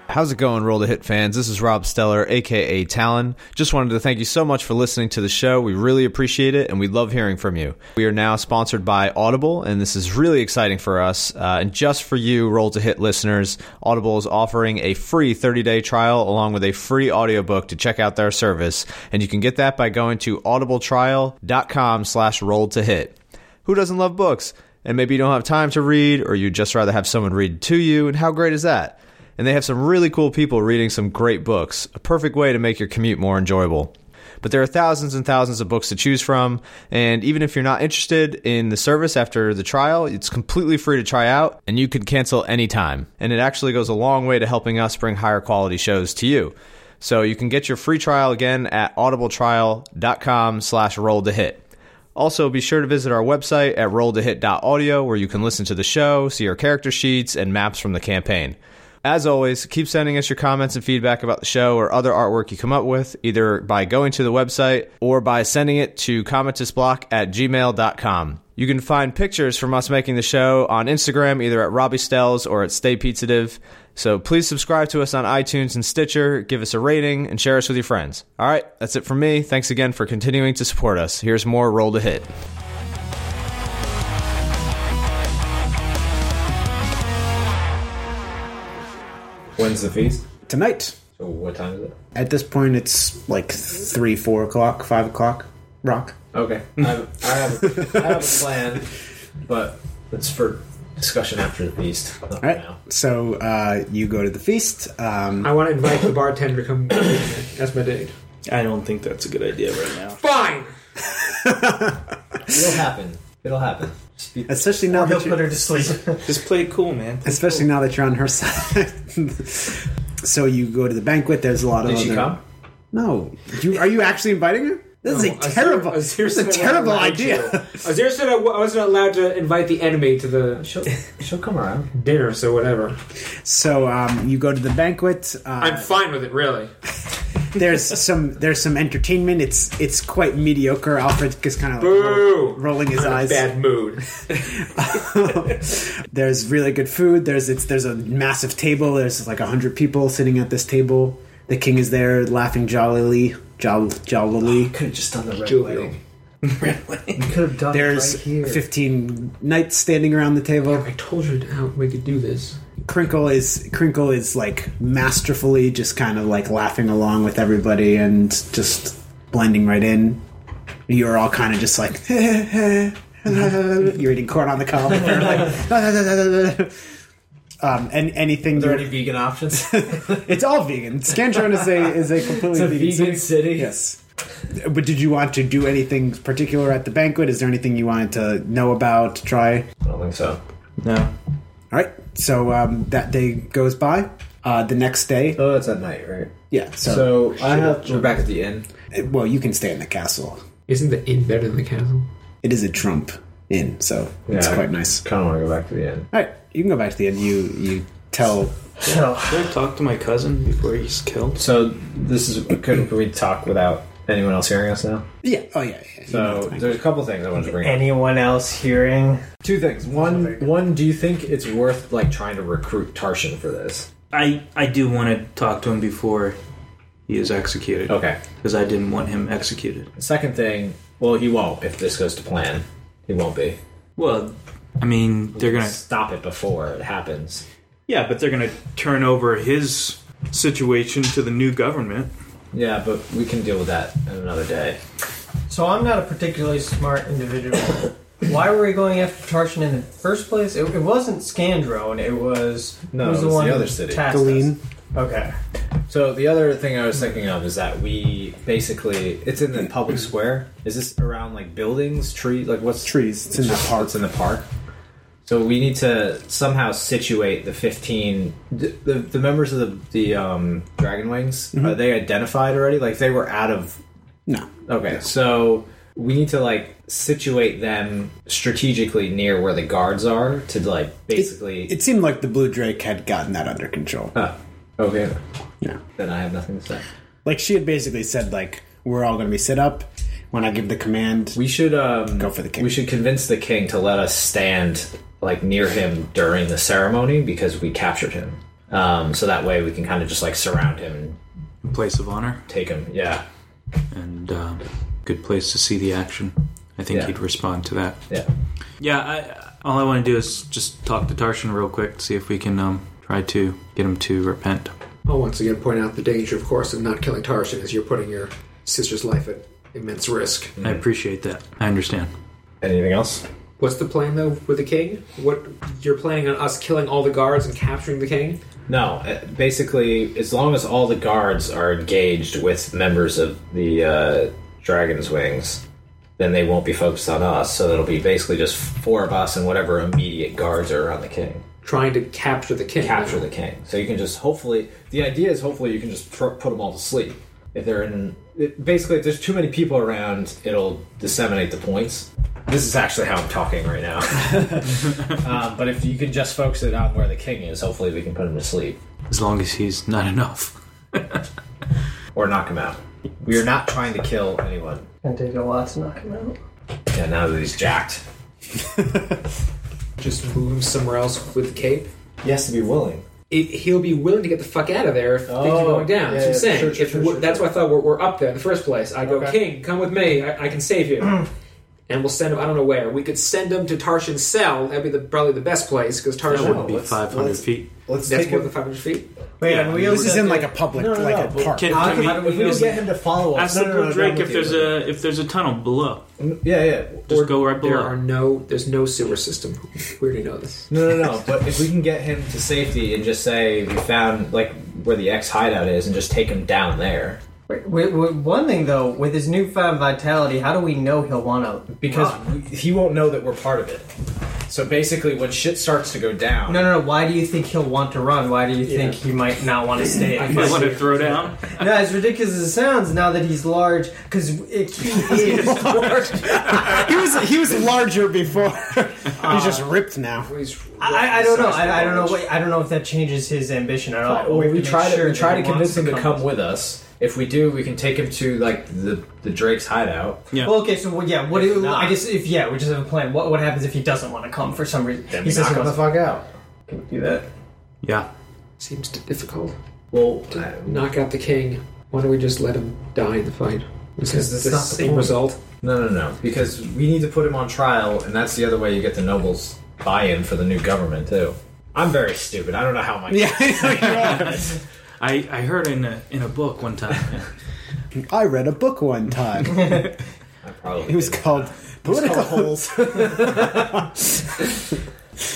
A: How's it going, Roll to Hit fans? This is Rob Steller, aka Talon. Just wanted to thank you so much for listening to the show. We really appreciate it, and we love hearing from you. We are now sponsored by Audible, and this is really exciting for us. Uh, and just for you, Roll to Hit listeners, Audible is offering a free 30-day trial along with a free audiobook to check out their service, and you can get that by going to audibletrial.com/roll to hit. Who doesn't love books? And maybe you don't have time to read, or you'd just rather have someone read to you, and how great is that? And they have some really cool people reading some great books, a perfect way to make your commute more enjoyable. But there are thousands and thousands of books to choose from, and even if you're not interested in the service after the trial, it's completely free to try out, and you can cancel anytime. And it actually goes a long way to helping us bring higher quality shows to you. So you can get your free trial again at audibletrial.com slash roll to hit. Also, be sure to visit our website at rolltohit.audio where you can listen to the show, see our character sheets, and maps from the campaign. As always, keep sending us your comments and feedback about the show or other artwork you come up with, either by going to the website or by sending it to commentistblock at gmail.com. You You can find pictures from us making the show on Instagram, either at Robbie Stells or at Stay Pizzative. So please subscribe to us on iTunes and Stitcher, give us a rating, and share us with your friends. All right, that's it from me. Thanks again for continuing to support us. Here's more Roll to Hit.
C: When's the feast?
D: Tonight,
C: So what time is it?
D: at this point, it's like three, four o'clock, five o'clock. Rock.
C: Okay. [laughs] I have, I have, I have a plan, but it's for discussion after the feast. Not
D: All right. So uh, you go to the feast. Um,
G: I want to invite the bartender to come as my date.
F: I don't think that's a good idea right now.
G: Fine.
C: It'll happen. It'll happen. Just be-
D: especially now
B: He'll
D: that
B: put her
D: you're,
B: to sleep.
F: Just play it cool, man. Play it
D: especially now that you're on her [laughs] side. so you go to the banquet. There's a lot of.
C: Did she
B: Oh,
D: other-
C: come?
D: No. You, are you actually inviting her? This is a
G: Azir-
D: terrible.
G: Azir
D: This is a
G: said I
D: terrible
G: allowed you.
D: idea.
G: Azir said I, w- I wasn't allowed to invite the enemy to the
C: She'll, she'll come around.
G: dinners or whatever.
D: So um, you go to the banquet. Uh,
G: I'm [laughs] fine with it, really.
D: there's some there's some entertainment. It's it's quite mediocre. Alfred is kind of like
G: Boo!
D: roll- rolling his
G: I'm in a
D: eyes.
G: bad mood.
D: [laughs] there's really good food. There's it's there's a massive table. There's like hundred people sitting at this table. The king is there, laughing jollily, jol, jollily.
C: Could have just done the red
G: Julia.
C: wedding. You could have done
D: There's
C: it right here.
D: fifteen knights standing around the table.
G: I told you how we could do this.
D: Crinkle is Crinkle is like masterfully just kind of like laughing along with everybody and just blending right in. You're all kind of just like [laughs] you're eating corn on the cob. [laughs] You're like, [laughs] um, and anything
C: Are there
D: you,
C: any vegan options?
D: it's all vegan. Scantrone is a is a completely
C: It's a
D: vegan,
C: vegan city.
D: Yes. But did you want to do anything particular at the banquet? Is there anything you wanted to know about, try?
C: [laughs] I don't think so.
F: No.
D: All right. So um, that day goes by. Uh, the next day,
C: Oh, that's at night, right?
D: yeah. So, eh,
C: So I have. We're back at the inn.
D: well, you can stay in the castle.
G: Isn't the inn better than the castle?
D: It is a Trump inn, so it's
C: Yeah.
D: quite nice.
C: Kind of want to go back to the inn.
D: All right, you can go back to the inn. You you tell.
C: So,
F: Should I talk to my cousin before he's killed?
C: so this is. Could, can we talk without anyone else hearing us now?
D: Yeah. Oh yeah. yeah, you know
C: So
D: the thing.
C: there's a couple things I wanted to bring up.
B: [laughs] Anyone else hearing?
C: Two things. One, one. Do you think it's worth like trying to recruit Tarshan for this?
F: I, I do want to talk to him before he is executed.
C: Okay.
F: Because I didn't want him executed.
C: The second thing. Well, he won't if this goes to plan. He won't be.
F: Well, I mean, they're going to.
C: Stop it before it happens.
F: Yeah, but they're going to turn over his situation to the new government.
C: Yeah, but we can deal with that in another day.
B: So I'm not a particularly smart individual. Why were we going after Tarshan in the first place? It, it wasn't Scandrone. It was
C: No,
B: who was the
C: it was the
B: one
C: other
B: who
C: city.
B: tasked us?
D: Galeen.
B: Okay.
C: So the other thing I was thinking of is that we basically it's in the public
D: Mm-hmm.
C: square. Is this around like buildings, trees? Like what's
D: Trees. It's in the park.
C: It's in the park. So we need to somehow situate the fifteen the the, the members of the the um, Dragon Wings.
D: Mm-hmm.
C: Are they identified already? Like they were out of
D: no.
C: okay. So we need to like situate them strategically near where the guards are to like basically.
D: It seemed like the Blue Drake had gotten that under control.
C: Oh, okay,
D: Yeah.
C: then I have nothing to say.
D: Like she had basically said, like we're all going to be set up. When I give the command,
C: We should um,
D: Go for the king.
C: We should convince the king to let us stand like near him during the ceremony because we captured him. Um, so that way we can kind of just like surround him and
F: Place of honor.
C: take him. Yeah,
F: And um, good place to see the action. I think
C: Yeah.
F: he'd respond to that.
C: yeah.
F: Yeah, I, all I want to do is just talk to Tarshan real quick, see if we can um, try to get him to repent.
G: I'll once again point out the danger, of course, of not killing Tarshan is you're putting your sister's life at immense risk.
F: I
C: Mm-hmm.
F: appreciate that. I understand.
C: Anything else?
G: What's the plan though with the king? What you're planning on us killing all the guards and capturing the king?
C: No. uh, Basically, as long as all the guards are engaged with members of the uh, dragon's wings, then they won't be focused on us. So it'll be basically just four of us and whatever immediate guards are around the king.
G: Trying to capture the king.
C: capture the king. So you can just hopefully the idea is hopefully you can just pr- put them all to sleep. If they're in it, basically if there's too many people around, it'll disseminate the points. This is actually how I'm talking right now. um, but if you can just focus it on where the king is, hopefully we can put him to sleep
F: As long as he's not [laughs] enough.
C: or knock him out. We are not trying to kill anyone.
B: And take a lot to knock him out.
C: Yeah, now that he's jacked.
G: Just move him somewhere else with the cape.
C: He has to be willing.
G: It, he'll be willing to get the fuck out of there if things are
C: Oh,
G: going down.
C: yeah,
G: that's what I'm
C: yeah,
G: saying.
C: sure, sure,
G: if
C: sure,
G: we're-
C: sure,
G: that's why I thought we're, we're up there in the first place. I go,
C: Okay.
G: King, come with me. I, I can save you.
C: [clears throat]
G: and we'll send him. I don't know where. We could send him to Tarshan's cell. That'd be the, probably the best place because Tarshan.
C: No,
H: wouldn't be
C: let's-
H: 500
C: let's-
H: feet.
C: Let's
G: that's
C: take
G: more
C: him.
G: than 500 feet.
B: Wait,
F: Yeah,
B: are we
D: This
B: over
D: is
B: that
D: in like
B: bit?
D: a public,
C: No, no,
D: like
C: no,
D: a
C: but
D: park.
H: Can,
C: How
H: can
C: can-
H: we
C: how do we just get him to follow us?
F: Ask the
C: No, no, no,
F: Blue
C: no,
F: Drake
C: I'm
F: if
C: with
F: there's
C: you.
F: a if there's a tunnel below.
C: Yeah, yeah.
H: Just go right
G: There
H: below.
G: are no. There's no sewer system. We already know this.
C: No, no, no. But if we can get him to safety and just say we found like where the ex hideout is and just take him down there.
B: Wait, wait, wait, one thing though, with his newfound vitality, how do we know he'll want to?
C: because we- he won't know that we're part of it. So basically, when shit starts to go down,
B: No, no, no. Why do you think he'll want to run? Why do you think he might not want to stay?
F: You might want to throw down.
B: No, as ridiculous as it sounds, now that he's large, because he [laughs] is large.
D: [laughs] he was
C: [laughs]
D: he was larger before. [laughs] He's just
C: Uh,
D: ripped now.
G: Please-
B: I, I don't know. I, I don't know. What, I don't know if that changes his ambition at all.
C: Well,
B: have
C: we
B: make
C: try to
B: sure
C: we
B: that
C: try to
B: he wants
C: convince him to come
B: with-
C: with us. If we do, we can take him to like the the Drake's hideout.
F: Yeah.
B: Well, okay, so well, yeah, what
C: If
B: do,
C: not-
B: I guess if yeah, we just have a plan. What what happens if he doesn't want to come for some reason?
C: Then
B: he
C: we knock
B: says
C: him the fuck out.
B: do that.
H: yeah.
G: Seems d- difficult.
C: Well,
G: Knock out the king. Why don't we just let him die in the fight?
C: Because that's
G: the
C: not the
G: same
C: point.
G: result.
C: no, no, no. Because we need to put him on trial, and that's the other way you get the nobles buy-in for the new government too. I'm very stupid. I don't know how my
D: Yeah.
F: I, I heard in a in a book one time.
D: I read a book one time.
C: I probably [laughs]
D: It was
C: didn't.
D: called [laughs] Political
C: holes. [laughs]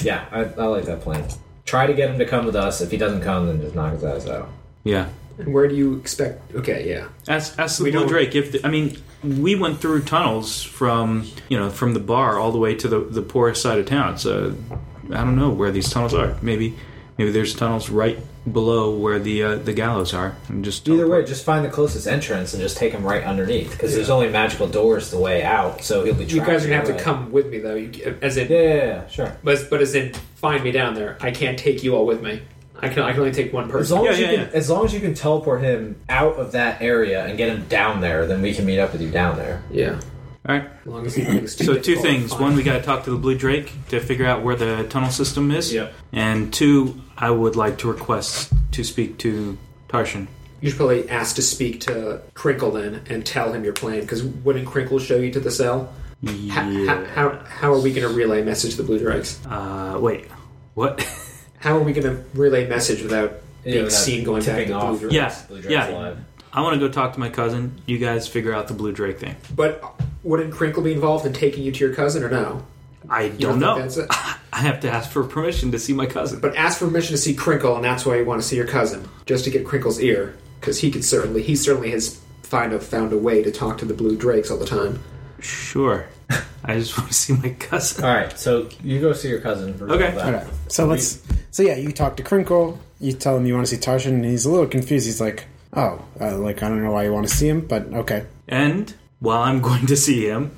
C: yeah, I, I like that plan. Try to get him to come with us. If he doesn't come, then just knock his ass out.
F: yeah.
G: And where do you expect? Okay, yeah.
F: Ask, ask the Blue
G: don't-
F: Drake if the, I mean we went through tunnels from you know from the bar all the way to the the poorest side of town. So I don't know where these tunnels are. Maybe maybe there's tunnels right below where the uh, the gallows are. And just
C: Either way, just find the closest entrance and just take him right underneath. Because there's only magical doors the way out, so he'll be.
G: You
C: trapped
G: guys are gonna have
C: either
G: to
C: way.
G: come with me though. You, as in,
C: Yeah, yeah, yeah, sure.
G: but, but as in, find me down there. I can't take you all with me. I can I can only take one
C: As
G: person.
C: long
F: Yeah,
C: as you
F: yeah,
C: can,
F: yeah.
C: as long as you can teleport him out of that area and get him down there, then we can meet up with you down there.
G: Yeah.
F: all right.
G: As long as you think it's too
F: So two
G: difficult to
F: things:
G: find.
F: one, we got to talk to the Blue Drake to figure out where the tunnel system is.
C: Yep.
F: And two, I would like to request to speak to Tarshan.
G: You should probably ask to speak to Crinkle then and tell him your plan. Because wouldn't Crinkle show you to the cell? How, how,
F: Yeah.
G: how, how are we going to relay message to the Blue Drakes?
F: Uh, wait. What?
G: How are we going to relay message without being
C: without
G: seen going back to
C: tipping
G: the Blue
C: off.
G: Drakes?
F: [laughs] yeah.
C: Blue Drake's
F: Yeah.
C: alive.
F: I want to go talk to my cousin. You guys figure out the Blue Drake thing.
G: But wouldn't Crinkle be involved in taking you to your cousin or no?
F: I
G: You
F: don't, know.
G: think that's it?
F: [laughs] I have to ask for permission to see my cousin.
G: But ask for permission to see Crinkle, and that's why you want to see your cousin, just to get Crinkle's ear, because he could certainly he certainly has find a, found a way to talk to the Blue Drakes all the time.
F: Sure. [laughs] I just want to see my cousin.
C: All right, so you go see your cousin. resolve
F: Okay.
C: that.
D: All right. So let's. So yeah, you talk to Crinkle. You tell him you want to see Tarshan, and he's a little confused. He's like, "Oh, uh, like I don't know why you want to see him, but okay."
F: And while I'm [laughs] going to see him,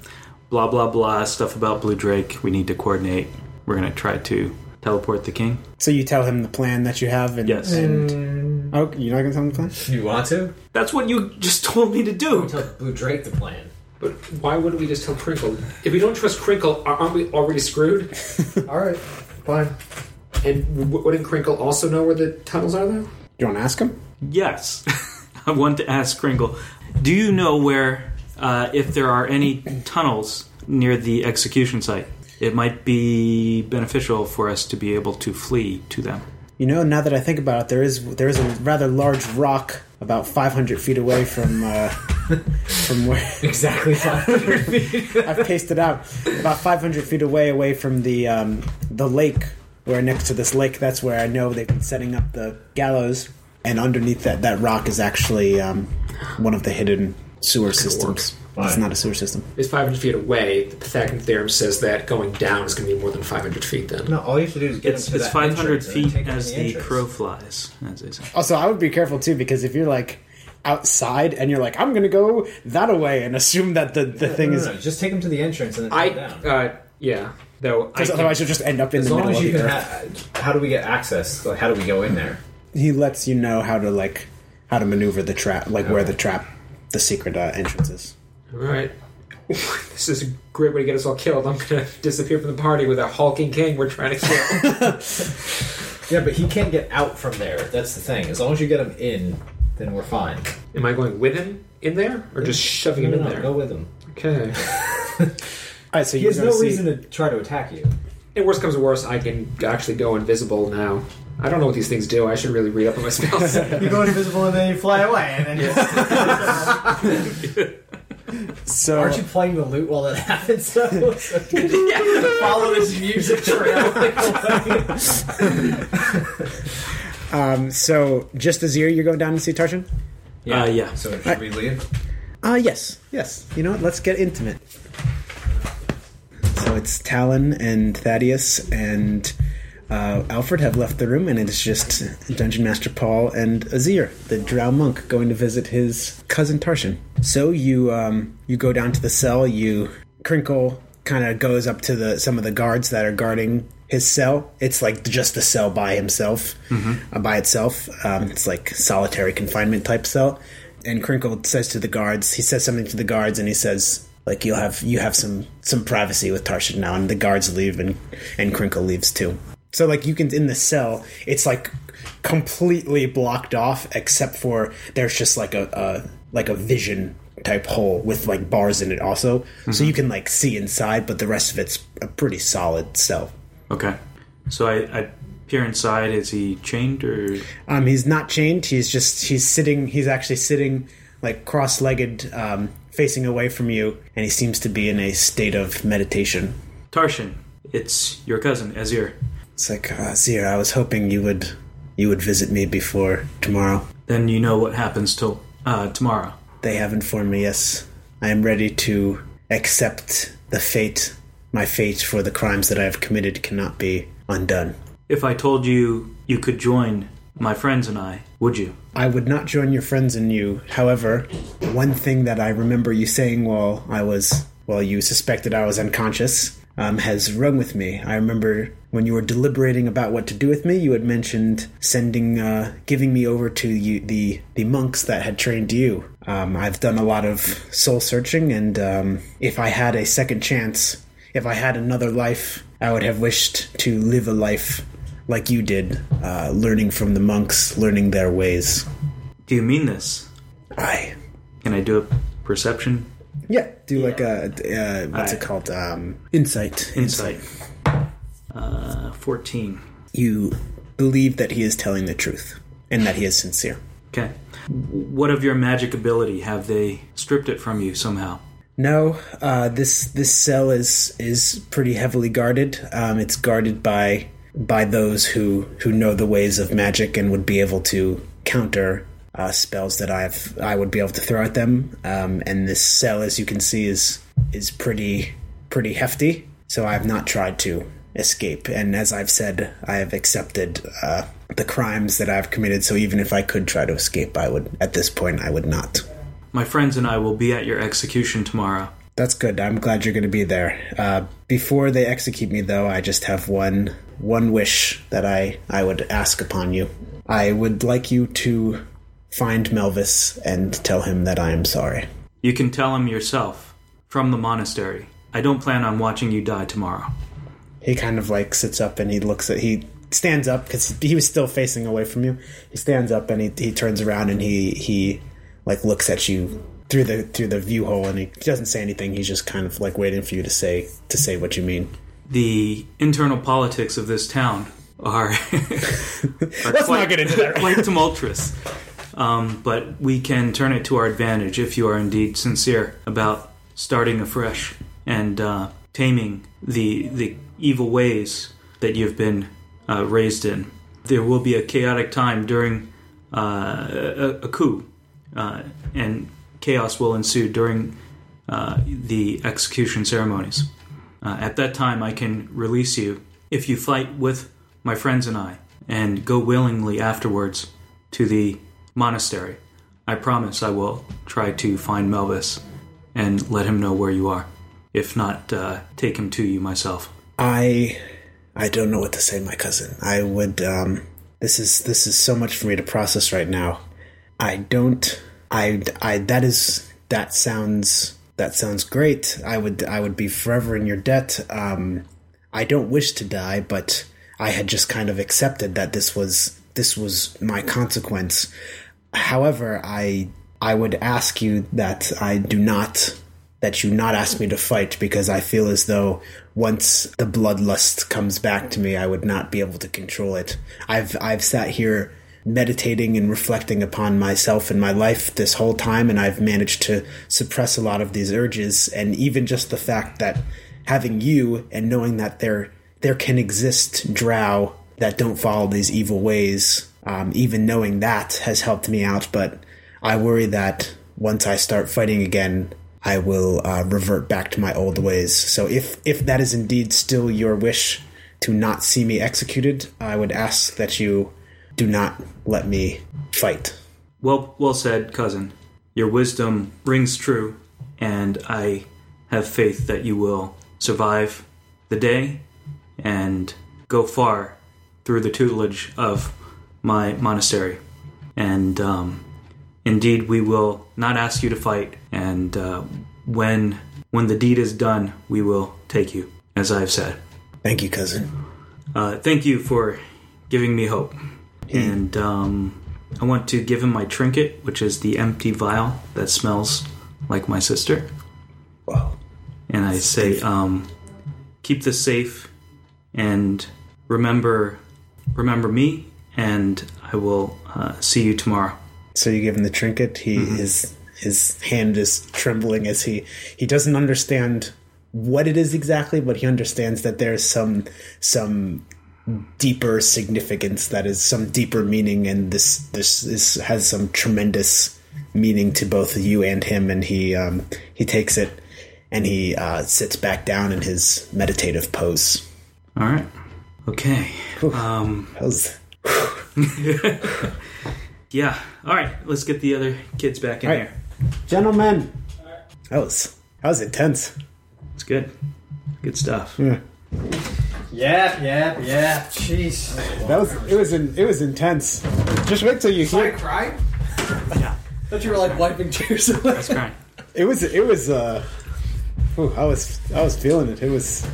F: blah, blah, blah, stuff about Blue Drake. We need to coordinate. We're going to try to teleport the king.
D: So you tell him the plan that you have, and
F: Yes.
D: and oh, you're not gonna tell him the plan.
C: You want to?
F: That's what you just [laughs] told me to do.
C: Tell Blue Drake the plan.
G: But why wouldn't we just tell Crinkle? If we don't trust Crinkle, are- aren't we already screwed?
C: [laughs] All right, fine.
G: And w- wouldn't Crinkle also know where the tunnels are, though?
D: You want to ask him?
F: Yes. [laughs] I want to ask Kringle, do you know where, uh, if there are any tunnels near the execution site? It might be beneficial for us to be able to flee to them.
D: You know, now that I think about it, there is there is a rather large rock about 500 feet away from uh, from where
C: Exactly.
D: [laughs] I've paced it out. About 500 feet away, away from the um, the lake. Where next to this lake, that's where I know they've been setting up the gallows. And underneath that, that rock is actually um, one of the hidden sewer systems. It's
C: Fine.
D: not a sewer system.
G: It's 500 feet away. The Pythagorean theorem says that going down is going to be more than 500 feet. Then
C: No, all you have to do is get
F: It's,
C: him to
F: it's
C: that
F: 500
C: entrance and then
F: feet
C: take him to
F: as the
C: entrance.
F: crow flies, as they say.
D: Also, I would be careful too because if you're like outside and you're like, I'm gonna go that away and assume that the, the thing
C: No, no,
D: is.
C: no, just take him to the entrance and then
G: I,
C: take him down.
G: uh, yeah, though I
D: Because
G: can-
D: otherwise, you'll just end up in
C: As
D: the
C: long as
D: middle of
C: you can.
D: the earth.
C: Ha- how do we get access? Like, how do we go in there?
D: he lets you know how to like how to maneuver the trap, like where the trap, the secret uh, entrance is.
G: All right. [laughs] this is a great way to get us all killed. I'm going to disappear from the party with a hulking king we're trying
A: [laughs]
G: to kill.
C: Yeah, but he can't get out from there. That's the thing. As long as you get him in, then we're fine.
G: Am I going with him in there or just shoving him
C: No,
G: in
C: no,
G: there?
C: Go with him.
G: Okay.
D: All right, so
C: He
D: you're
C: has
D: going
C: no
D: to see.
C: reason to try to attack you.
G: And worst comes to worst, I can actually go invisible now. I don't know what these things do. I should really read up on my spells.
B: You go invisible and then you fly away, and then [laughs]
D: so
C: Aren't you playing the loot while that [laughs] happens? Though?
B: follow this music trail.
D: um, so just Azir, you're going down to see Tarshan.
F: Yeah, Uh, yeah.
C: So should we leave?
D: Uh, yes, yes. You know what? Let's get intimate. So it's Talon and Thaddeus and uh, Alfred have left the room, and it's just Dungeon Master Paul and Azir, the Drow monk, going to visit his cousin Tarshan. So you um, you go down to the cell. You Crinkle kind of goes up to the some of the guards that are guarding his cell. It's like just the cell by himself, uh, by itself. Um, it's like solitary confinement type cell and Crinkle says to the guards, he says something to the guards, and he says, "Like you'll have you have some some privacy with Tarshan now." And the guards leave, and and Crinkle leaves too. So like you can in the cell, it's like completely blocked off, except for there's just like a, a like a vision type hole with like bars in it also, so you can like see inside, but the rest of it's a pretty solid cell.
F: Okay. So I, I peer inside. Is he chained or?
D: Um, he's not chained. He's just he's sitting. He's actually sitting like cross-legged, um, facing away from you, and he seems to be in a state of meditation.
F: Tarshan, it's your cousin Azir.
D: It's like uh, Zir, I was hoping you would you would visit me before tomorrow.
F: Then you know what happens till uh, tomorrow.
D: They have informed me. Yes, I am ready to accept the fate. My fate for the crimes that I have committed cannot be undone.
F: If I told you you could join my friends and I, would you?
D: I would not join your friends and you. However, one thing that I remember you saying while I was, while you suspected I was unconscious, um, has rung with me. I remember when you were deliberating about what to do with me, you had mentioned sending, uh, giving me over to you, the the monks that had trained you. Um, I've done a lot of soul searching, and um, if I had a second chance, if I had another life, I would have wished to live a life like you did, uh, learning from the monks, learning their ways.
F: Do you mean this?
D: I
F: Can I do a perception
D: yeah, do like a uh, what's it
F: Aye.
D: called? Um, insight.
F: insight? Uh, fourteen.
D: You believe that he is telling the truth and that he is sincere.
F: Okay. What of your magic ability? Have they stripped it from you somehow?
D: No, uh, this this cell is is pretty heavily guarded. Um, it's guarded by by those who who know the ways of magic and would be able to counter uh, spells that I've I would be able to throw at them. Um, and this cell, as you can see, is is pretty pretty hefty. So I've not tried to escape. And as I've said, I have accepted uh, the crimes that I've committed. So even if I could try to escape, I would at this point I would not.
F: My friends and I will be at your execution tomorrow.
D: That's good. I'm glad you're going to be there. Uh, before they execute me, though, I just have one one wish that I I would ask upon you. I would like you to find Melvis and tell him that I am sorry.
F: You can tell him yourself from the monastery. I don't plan on watching you die tomorrow.
D: He kind of like sits up and he looks at he stands up because he was still facing away from you. He stands up and he he turns around and he he like looks at you through the through the view hole and he doesn't say anything. He's just kind of like waiting for you to say to say what you mean.
F: The internal politics of this town are, are
D: Let's
F: quite,
D: not get into that.
F: quite tumultuous. Um, but we can turn it to our advantage if you are indeed sincere about starting afresh and uh, taming the the evil ways that you've been uh, raised in. There will be a chaotic time during uh, a, a coup, uh, and chaos will ensue during uh, the execution ceremonies. Uh, at that time, I can release you if you fight with my friends and I and go willingly afterwards to the monastery. I promise I will try to find Melvis and let him know where you are. If not, uh, take him to you myself.
D: I I don't know what to say, my cousin. I would um this is this is so much for me to process right now. I don't I I that is that sounds That sounds great. I would I would be forever in your debt. Um, I don't wish to die, but I had just kind of accepted that this was this was my consequence. However, I I would ask you that I do not that you not ask me to fight because I feel as though once the bloodlust comes back to me, I would not be able to control it. I've I've sat here meditating and reflecting upon myself and my life this whole time and I've managed to suppress a lot of these urges and even just the fact that having you and knowing that there there can exist drow that don't follow these evil ways um, even knowing that has helped me out but I worry that once I start fighting again I will uh, revert back to my old ways so if if that is indeed still your wish to not see me executed I would ask that you do not let me fight.
F: Well, well said, cousin. Your wisdom rings true, and I have faith that you will survive the day and go far through the tutelage of my monastery. And um, indeed, we will not ask you to fight. And uh, when when the deed is done, we will take you, as I have said.
D: Thank you, cousin.
F: Uh, thank you for giving me hope.
D: Hmm.
F: And um, I want to give him my trinket, which is the empty vial that smells like my sister.
D: Wow.
F: And I say, um, keep this safe, and remember, remember me, and I will uh, see you tomorrow.
D: So you give him the trinket. He his his hand is trembling as he he doesn't understand what it is exactly, but he understands that there's some some deeper significance that is some deeper meaning, and this this is, has some tremendous meaning to both you and him. And he um, he takes it and he uh, sits back down in his meditative pose.
F: All right. Okay. Um,
D: That was-
F: yeah. All right. Let's get the other kids back in
D: All right.
F: here.
I: Gentlemen,
D: that was that was intense.
F: It's good. Good stuff.
B: Yep, yep, yep. [laughs] Jeez.
I: that was it was in, it was intense. Just wait till you hear.
B: cried? Yeah. Thought you were like wiping tears away.
F: That's [laughs] great.
I: It was it was uh, ooh, I was I was feeling it. It was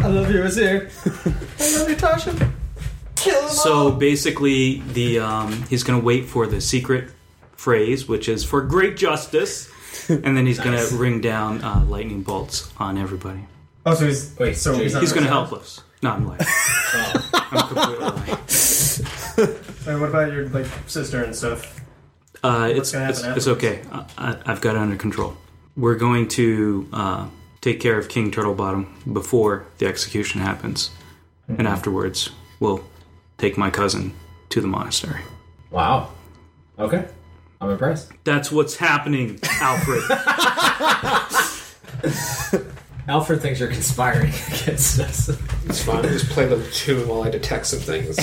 B: I love you, Azir. [laughs] I love you, Tasha. Kill him
F: So basically, the um, he's going to wait for the secret phrase, which is for great justice, and then he's going to ring down uh, lightning bolts on everybody.
B: Oh, so he's
A: Wait,
B: so
A: Jake,
B: he's, not
F: He's going to
B: to
F: help us. No, I'm lying. I'm completely lying.
B: And what about your like sister and stuff?
F: Uh, it's,
B: gonna happen
F: it's, it's okay. I, I, I've got it under control. We're going to uh, take care of King Turtlebottom before the execution happens, and afterwards, we'll take my cousin to the monastery.
A: Wow. [laughs] Okay. I'm impressed.
F: That's what's happening, Alfred.
A: Alfred thinks you're conspiring [laughs] against us.
J: It's fine. Just play a little tune while I detect some things.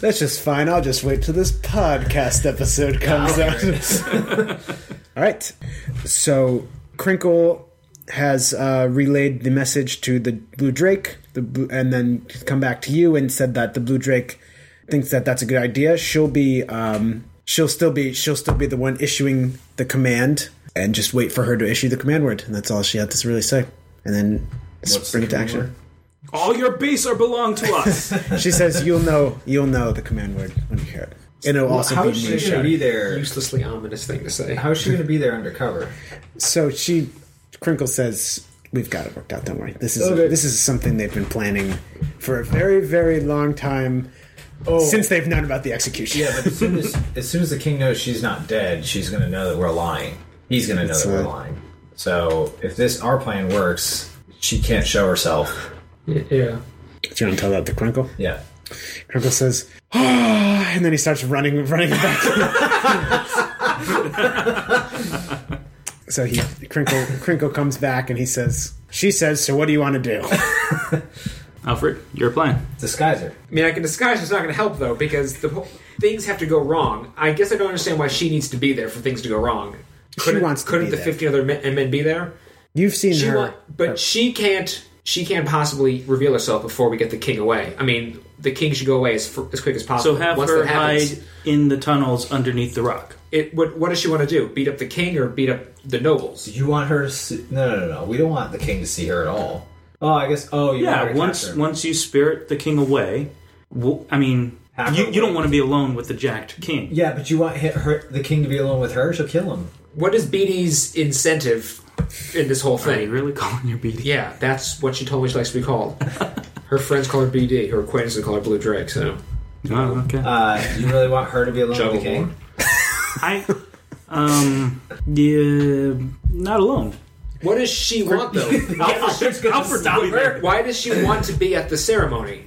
I: that's just fine. I'll just wait till this podcast episode comes out.
D: [laughs] All right. So Crinkle has uh, relayed the message to the Blue Drake, the blue, and then come back to you and said that the Blue Drake thinks that that's a good idea. She'll be, um, she'll still be, she'll still be the one issuing the command, and just wait for her to issue the command word, and that's all she had to really say. And then spring it to action.
F: All your beasts are belong to us.
D: She says, "You'll know, you'll know the command word when you hear it." And it'll also
A: How
D: be
A: is she
D: moonshine.
A: going to be there?
J: Uselessly ominous thing to say.
A: How is she going to be there undercover?
D: So she, Crinkle says, "We've got it worked out. Don't worry. This is this is something they've been planning for a very, very long time since they've known about the execution."
A: Oh. Yeah, but as soon as, as soon as the king knows she's not dead, she's going to know that we're lying. He's going to know that we're
D: right.
A: lying. So if this our plan works, she can't show herself.
G: Yeah.
D: Do you want to tell that to Crinkle?
A: Yeah.
D: Crinkle says, "Ah," and then he starts running, running back. so he Crinkle Crinkle comes back and he says, "She says, so what do you want to do?"
F: [laughs] Alfred, your plan.
A: Disguise her.
G: I mean, I can disguise it's not going to help though because the whole- things have to go wrong. I guess I don't understand why she needs to be there for things to go wrong.
D: wants to
G: couldn't
D: be
G: the
D: there.
G: fifteen other men, men be uh, there?
D: You've seen
G: She
D: her.
G: want, but she can't she can't possibly reveal herself before we get the king away. I mean, the king should go away as, fr- as quick as
F: So
G: possible.
F: have
G: Once
F: her
G: that happens,
F: hide in the tunnels underneath the rock.
G: It, what, what does she want to do? Beat up the king or beat up the
C: [laughs]
G: nobles?
C: You want her to see? No, no, no, no. We don't want the king to see her at all. Oh, I guess. Oh, you want her
F: Yeah,
C: to
F: once
C: capture him.
F: once you spirit the king away, w I I mean,
C: Have
F: you,
C: her
F: you don't
C: away.
F: want to be alone with the jacked king.
C: Yeah, but you want hit her, the king to be alone with her? She'll kill him.
G: What is BD's incentive in this whole
F: Are you
G: thing?
F: really calling your BD?
G: Yeah, that's what she told me she likes to be [laughs] called. her friends call her BD. Her acquaintances call her Blue Drake. So
F: Oh, okay.
C: Uh, you really want her to be alone
G: Juggle
C: with the king?
G: more.
F: I, um, yeah, not alone.
G: what does she
C: [laughs]
G: want though?
F: Alfred Dobby there.
G: Why does she want to be at the ceremony?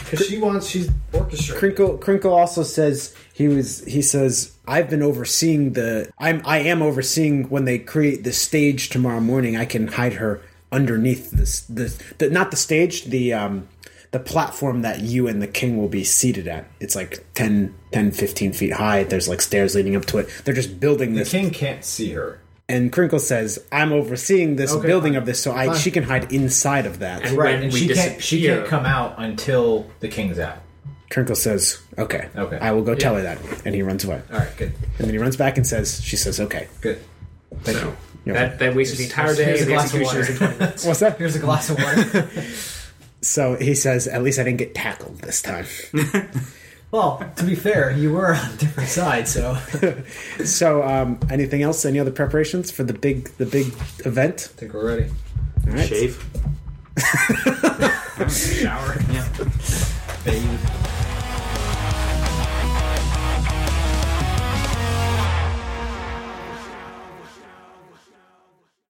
C: Because she wants, she's orchestrating.
D: Crinkle Crinkle also says he was he says I've been overseeing the I'm I am overseeing when they create the stage tomorrow morning I can hide her underneath this the, the not the stage the um the platform that you and the king will be seated at it's like 10 10 15 feet high there's like stairs leading up to it they're just building
C: The
D: this
C: king can't see her.
D: and Crinkle says I'm overseeing this
C: Okay,
D: building
C: fine.
D: of this so I
C: Fine.
D: she can hide inside of that
G: And when
C: and
G: we
C: she can't, she
G: disappear,
C: can't come out until the king's out.
D: Crinkle says okay
C: Okay.
D: I will go tell her that and he runs away
C: All right, good,
D: and then he runs back and says she says okay
C: good. Thank you.
G: that that wasted the entire
C: here's-
G: day.
C: here's
G: and
C: a
G: the
C: glass of
G: execution is in
C: water. [laughs]
G: twenty minutes.
D: What's that?
C: Here's a glass of water.
D: [laughs] So he says, "At least I didn't get tackled this time."
C: well, to be fair, you were on a different side, so I
D: [laughs] so, um, anything else? Any other preparations for the big the big event?
C: think we're ready.
D: All right.
F: Shave.
C: Shower,
F: Yeah.
C: bathe.